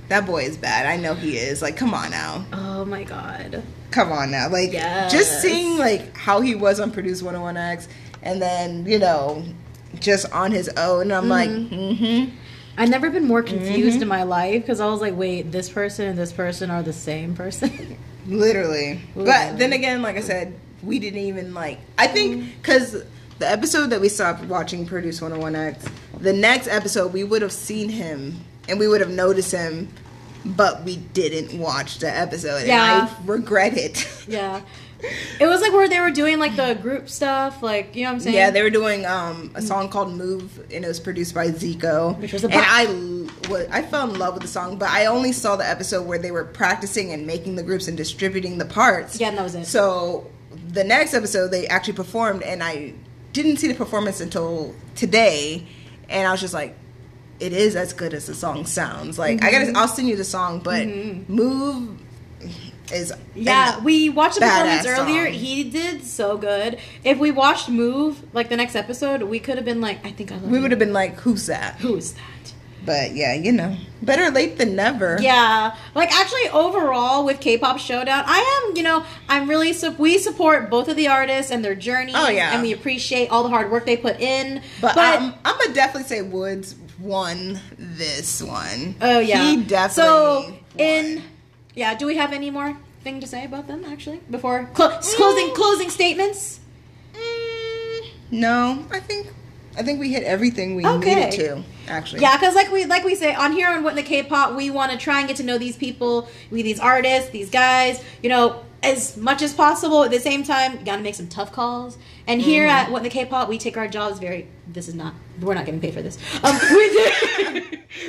that boy is bad. I know he is. Like, come on now,
oh my god.
come on now. Like,
Yes.
just seeing like how he was on Produce 101X, and then you know, just on his own. I'm like, mm-hmm.
I've never been more confused in my life because I was like, wait, this person and this person are the same person. [LAUGHS]
Literally. But then again, like I said, we didn't even like. I think because the episode that we stopped watching Produce 101X, the next episode we would have seen him and we would have noticed him, but we didn't watch the episode.
Yeah.
And I regret it. [LAUGHS]
yeah. It was like where they were doing like the group stuff, like, you know what I'm saying?
Yeah, they were doing um, a song called "Move," and it was produced by Zico.
Which was a
and
bop.
I, l- wa- I fell in love with the song, but I only saw the episode where they were practicing and making the groups and distributing the parts.
Yeah, and that was it.
So the next episode, they actually performed, and I didn't see the performance until today, and I was just like. It is
Mm-hmm.
as good as the song sounds. Like I gotta, I'll send you the song, but move is
Yeah, we watched the performance
badass
earlier.
song.
He did so good. If we watched Move, like the next episode, we could have been like, I think I love
we
you.
would have been like, who's that?
Who is that?
But yeah, you know, better late than never.
Yeah, like actually, overall with K-pop Showdown, I am, you know, I'm really su- we support both of the artists and their journey.
Oh, yeah.
and we appreciate all the hard work they put in.
But, um, I'm gonna definitely say Woods won this one.
oh yeah,
he definitely.
So
won.
in yeah, do we have any more thing to say about them actually before clo- closing closing statements?
Mm, no, I think I think we hit everything we
Okay.
needed to. Actually,
Yeah, because like we like we say on here on What in the K-pop, we want to try and get to know these people, we these artists, these guys, you know, as much as possible. At the same time, you gotta make some tough calls. And here
Mm.
at What in the K-pop, we take our jobs very. This is not. We're not getting paid for this. Um, we do,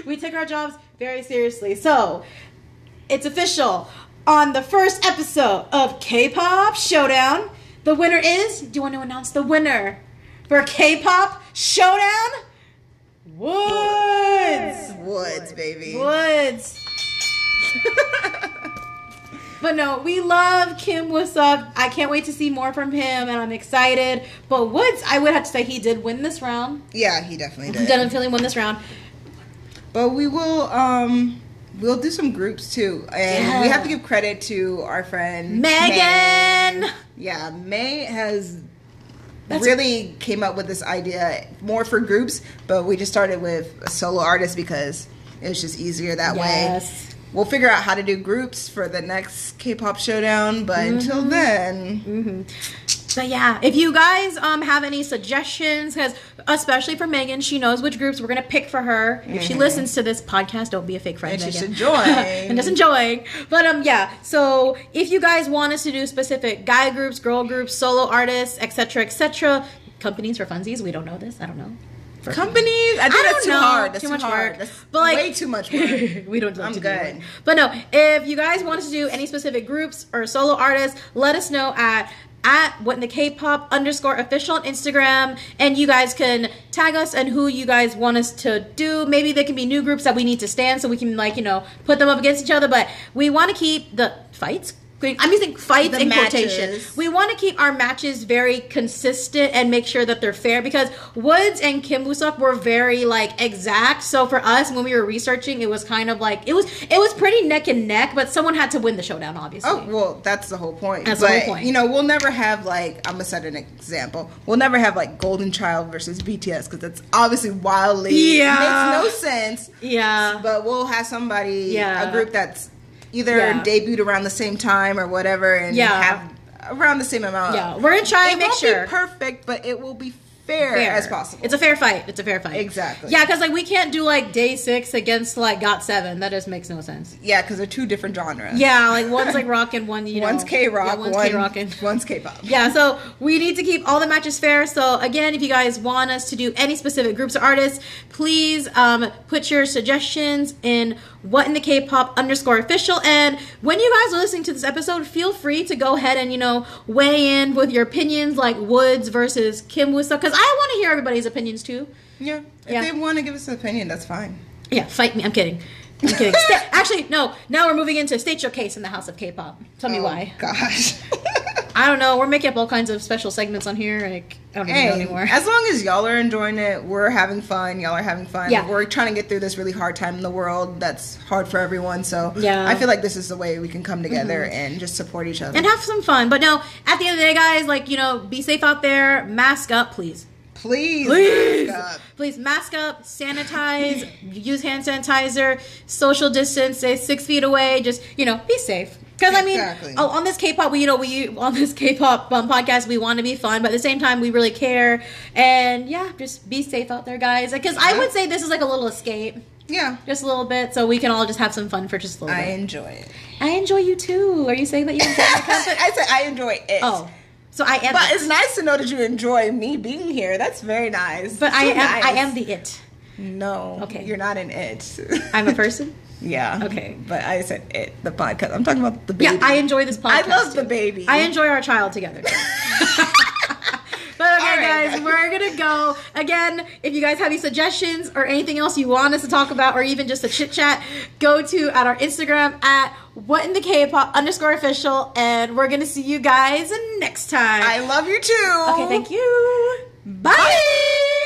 we take [LAUGHS] our jobs very seriously. So it's official. On the first episode of K-pop Showdown, the winner is. Do you want to announce the winner for K-pop Showdown? Woods.
Woods, baby.
Woods. [LAUGHS] But no, we love Kim Woosup. I can't wait to see more from him, and I'm excited. But Woods, I would have to say he did win this round.
yeah, he definitely did.
Dunham Philly won this round.
But we will um we'll do some groups too. And we
Yeah.
have to give credit to our friend May.
Megan.
Yeah, May has
That's-
really came up with this idea more for groups, but we just started with a solo artist because it's just easier that
Yes.
way. We'll figure out how to do groups for the next K-pop showdown, but
Mm-hmm.
until then,
But yeah, if you guys um have any suggestions, because especially for Megan, she knows which groups we're gonna pick for her. If she listens to this podcast, don't be a fake friend.
And she
Megan.
should join.
[LAUGHS] and just enjoying. But um, yeah. So if you guys want us to do specific guy groups, girl groups, solo artists, etc., etc., companies for funsies, we don't know this. I don't know. For
companies. I think
I
that's
don't
too
know.
hard. That's
Too
too,
much
hard.
work.
That's
But, like-
way too much work.
[LAUGHS] we don't like
I'm
to do
good.
it. But no, if you guys want us to do any specific groups or solo artists, let us know at at what in the K-pop underscore official on Instagram, and you guys can tag us and who you guys want us to do. Maybe there can be new groups that we need to stand, so we can like you know put them up against each other. But we want to keep the fights. I'm using fights
The
in quotation.
matches.
We want to keep our matches very consistent and make sure that they're fair because Woods and Kim Busup were very like exact. So for us, when we were researching, it was kind of like it was it was pretty neck and neck, but someone had to win the showdown, obviously.
Oh well, that's the whole point.
That's the
but,
whole point.
You know, we'll never have like I'm gonna set an example. We'll never have like Golden Child versus BTS because that's obviously wildly
Yeah.
makes no sense.
Yeah.
But we'll have somebody,
Yeah.
a group that's either
Yeah.
debuted around the same time or whatever, and
Yeah.
have around the same amount.
Yeah. We're gonna try
it
and make
won't
sure.
be perfect, but it will be fair,
Fair.
as possible.
It's a fair fight. It's a fair fight.
Exactly.
Yeah, because like we can't do like day six against like got seven. That just makes no sense.
yeah, because they're two different genres.
Yeah, like one's like rock and one you know.
one's K rock,
Yeah, one's
one,
K rockin'.
one's K-pop.
yeah so we need to keep all the matches fair so again if you guys want us to do any specific groups or artists please um, put your suggestions in what in the k-pop underscore official and when you guys are listening to this episode feel free to go ahead and you know weigh in with your opinions like woods versus kim Woo because i want to hear everybody's opinions too
Yeah. If
[LAUGHS] Yeah.
they want to give us an opinion, that's fine.
yeah fight me i'm kidding i'm kidding Sta- [LAUGHS] actually no now we're moving into state your case in the house of k-pop tell me
Oh,
why
Gosh. [LAUGHS]
i don't know we're making up all kinds of special segments on here like i don't even know
Hey,
anymore
as long as y'all are enjoying it, we're having fun. Y'all are having fun.
Yeah.
We're trying to get through this really hard time in the world that's hard for everyone. So
Yeah. Mm-hmm.
I feel like this is the way we can come together and just support each other.
and have some fun. But no, at the end of the day, guys, like you know, be safe out there. Mask up, please.
please,
Please.
mask up.
Please mask up, sanitize, [LAUGHS] use hand sanitizer, social distance, stay six feet away. Just you know, be safe. Because I mean,
Exactly.
oh, on this K-pop, we you know we on this K-pop um, podcast, we want to be fun, but at the same time, we really care. And yeah, just be safe out there, guys. Because I would say this is like a little escape,
Yeah,
just a little bit, so we can all just have some fun for just a little
I
bit.
enjoy
[LAUGHS]
it.
I enjoy you too. Are you saying that you enjoy
[LAUGHS]
my company?
I said I enjoy it.
Oh, so I am.
But it's nice to know that you enjoy me being here. That's very nice.
But
So
I am I
nice.
am the it.
No.
Okay.
You're not an it.
I'm
[LAUGHS]
a person.
yeah.
Okay.
But I said it, the podcast. I'm talking about the baby.
[LAUGHS] yeah, I enjoy this podcast.
I love the
too.
baby. [LAUGHS]
I enjoy our child together. but okay,
All
guys, we're gonna go again. If you guys have any suggestions or anything else you want us to talk about, or even just a chit chat, go to at our Instagram at what in the K-pop underscore official, and we're gonna see you guys next time.
I love you too.
okay, thank you. Bye.